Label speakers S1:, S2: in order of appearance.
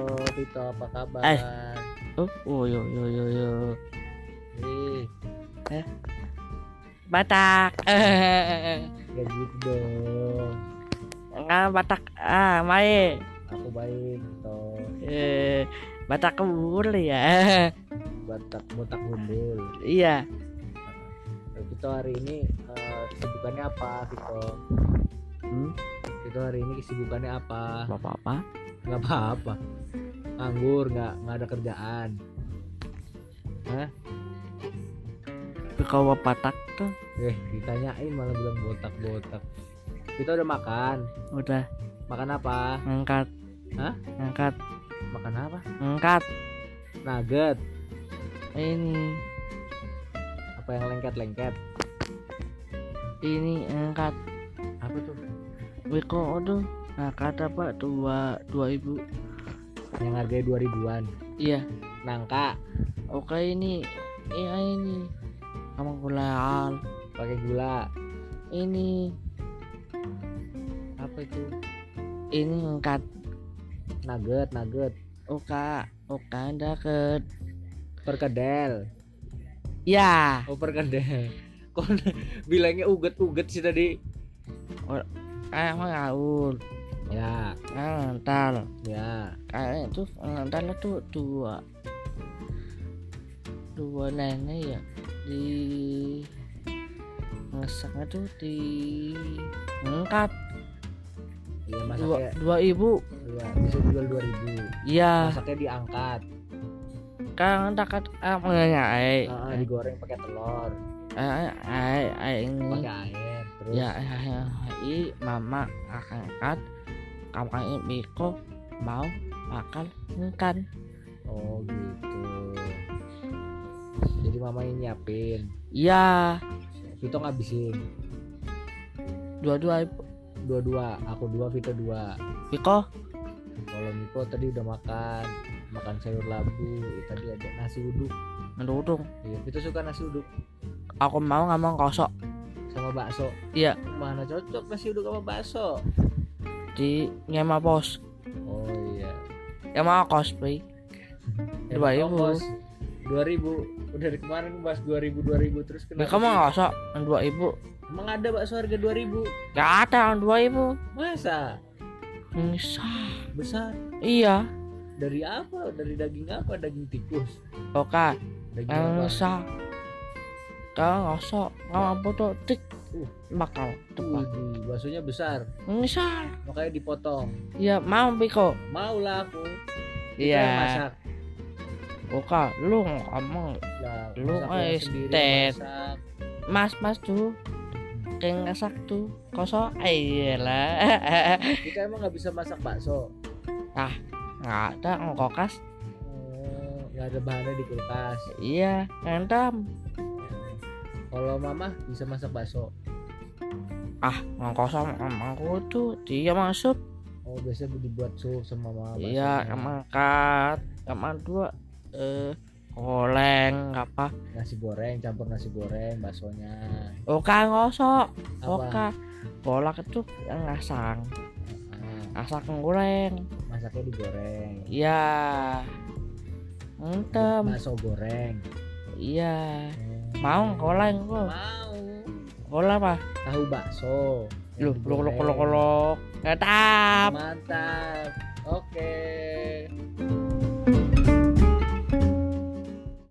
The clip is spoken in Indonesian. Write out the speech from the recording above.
S1: Assalamualaikum, apa kabar?
S2: Eh. Oh, oh, yo, yo, yo, yo.
S1: Nih,
S2: Batak.
S1: gak gitu dong.
S2: Enggak Batak. Ah, mae.
S1: Aku baik, toh.
S2: Eh, Batak kebur ya.
S1: Batak botak gundul.
S2: iya.
S1: Nah, Kita hari ini eh, kesibukannya apa, Vito?
S2: Hmm,
S1: Kita hari ini kesibukannya apa?
S2: apa-apa.
S1: Gak apa-apa. Nganggur, nggak nggak ada kerjaan.
S2: Tapi kalau Batak tuh
S1: Eh, ditanyain malah bilang botak-botak. Kita udah makan.
S2: udah
S1: Makan apa?
S2: ngangkat.
S1: Hah?
S2: Ngangkat,
S1: Makan apa?
S2: ngangkat
S1: Nugget.
S2: ini,
S1: Apa yang lengket-lengket?
S2: ini ngangkat.
S1: Apa tuh?
S2: Wiko aduh. Ngangkat apa? Dua, dua ibu.
S1: Yang harganya dua ribuan.
S2: Iya.
S1: Nangka.
S2: Oke ini, iya ini. Kamu gulal.
S1: pakai gula
S2: Ini,
S1: apa itu
S2: ini ngangkat.
S1: nugget nugget
S2: Oka, oka deket.
S1: perkedel
S2: Ya.
S1: oh perkedel kok bilangnya uget uget sih tadi
S2: kayak mah ngaul
S1: ya
S2: kayak ngental
S1: ya
S2: kayak itu ngental itu dua dua nenek ya di ngesaknya tuh di ngangkat
S1: iya
S2: dua,
S1: masaknya
S2: dua ibu
S1: iya bisa jual dua ribu
S2: ya
S1: masaknya diangkat
S2: kan takat apa nanya ai
S1: Ah, digoreng pakai telur
S2: ai ai ai ini
S1: pakai air terus
S2: ya ai ai mama akan angkat kamu Biko mau makan ikan
S1: oh gitu jadi mama yang nyiapin
S2: ya
S1: Vito ngabisin
S2: dua-dua ibu
S1: dua-dua aku dua Vito dua
S2: Biko
S1: kalau Miko tadi udah makan makan sayur labu ya tadi ada nasi uduk
S2: Mendudung.
S1: iya Vito suka nasi uduk
S2: Aku mau ngomong kosok
S1: sama bakso.
S2: Iya.
S1: Mana cocok nasi uduk sama bakso?
S2: di Nyema Pos.
S1: Oh iya.
S2: Nyema Cosplay. Dua ribu.
S1: Dua ribu. Udah dari kemarin bahas dua ribu dua ribu terus kenapa?
S2: Mereka mau kosok yang dua ibu.
S1: Emang ada bakso harga dua ribu?
S2: Gak ada yang dua ibu.
S1: Masa?
S2: Misah.
S1: Besar.
S2: Iya.
S1: Dari apa? Dari daging apa? Daging tikus.
S2: Oke.
S1: Daging
S2: Yang
S1: apa?
S2: misah. Kau ngosok. Kau mampu tuh tik. Bakal tepat.
S1: Wih, baksonya besar.
S2: Misah.
S1: Makanya dipotong.
S2: Iya mau Biko.
S1: Maulah aku. Itu yang
S2: Iya.
S1: Masak.
S2: Oke. Lu ngomong.
S1: Lah,
S2: Lu
S1: masak yang
S2: es
S1: sendiri,
S2: tet.
S1: masak.
S2: Mas mas tuh. Kayak ngasak tuh. Kosok. Iya Iyalah.
S1: Kita emang nggak bisa masak bakso.
S2: Gak ada ngkokas.
S1: Oh, nggak ada bahannya di kulkas.
S2: Iya. Ngantam.
S1: Kalau mama bisa masak bakso.
S2: ah nggak kosong emangku tuh dia masuk
S1: Oh, biasanya dibuat sup sama mama.
S2: iya
S1: baksonya.
S2: emang kat emang dua eh koleng apa
S1: Nasi goreng campur nasi goreng baksonya.
S2: oka ngosok
S1: Apa?
S2: oka kolak itu yang ngasang
S1: Ah,
S2: ngasang goreng
S1: masaknya digoreng.
S2: iya entem
S1: Bakso goreng.
S2: iya
S1: Hmm.
S2: mau koleng lu
S1: Mau.
S2: koleng apa
S1: Tahu bakso.
S2: lu
S1: Yang
S2: lu lu
S1: digoreng.
S2: lu lu ngetap
S1: Mantap. Oke.